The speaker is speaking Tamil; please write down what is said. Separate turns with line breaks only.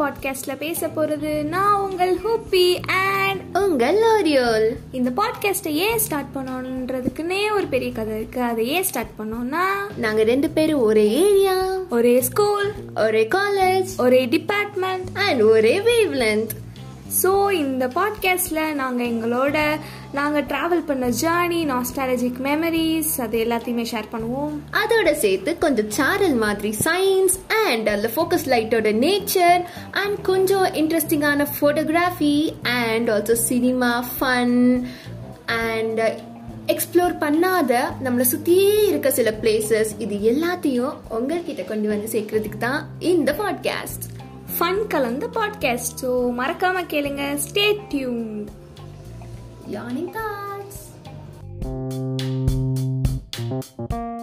பாட்காஸ்ட்ல பேச போறது நான் உங்கள் ஹூப்பி அண்ட்
உங்கள் லோரியோல்
இந்த பாட்காஸ்ட்டை ஏன் ஸ்டார்ட் பண்ணோன்றதுக்குன்னே ஒரு பெரிய கதை இருக்கு அதை ஏன் ஸ்டார்ட் பண்ணோம்னா
நாங்க ரெண்டு பேரும் ஒரே ஏரியா
ஒரே ஸ்கூல்
ஒரே காலேஜ்
ஒரே டிபார்ட்மெண்ட்
அண்ட் ஒரே வேவ் லென்த்
ஸோ இந்த பாட்காஸ்ட்ல நாங்கள் எங்களோட நாங்கள் ட்ராவல் பண்ண ஜேர்னி நாஸ்டாலஜிக் மெமரிஸ் அது எல்லாத்தையுமே ஷேர் பண்ணுவோம்
அதோட சேர்த்து கொஞ்சம் சாரல் மாதிரி சயின்ஸ் அண்ட் அதில் ஃபோக்கஸ் லைட்டோட நேச்சர் அண்ட் கொஞ்சம் இன்ட்ரெஸ்டிங்கான photography and also cinema fun and explore பண்ணாத நம்மளை சுற்றியே இருக்க சில பிளேசஸ் இது எல்லாத்தையும் உங்கள்கிட்ட கொண்டு வந்து சேர்க்கறதுக்கு தான் இந்த பாட்காஸ்ட்
ஃபன் கலந்த பாட்காஸ்ட் ஸோ மறக்காம கேளுங்க ஸ்டே டியூன்
யானிங் தாட்ஸ்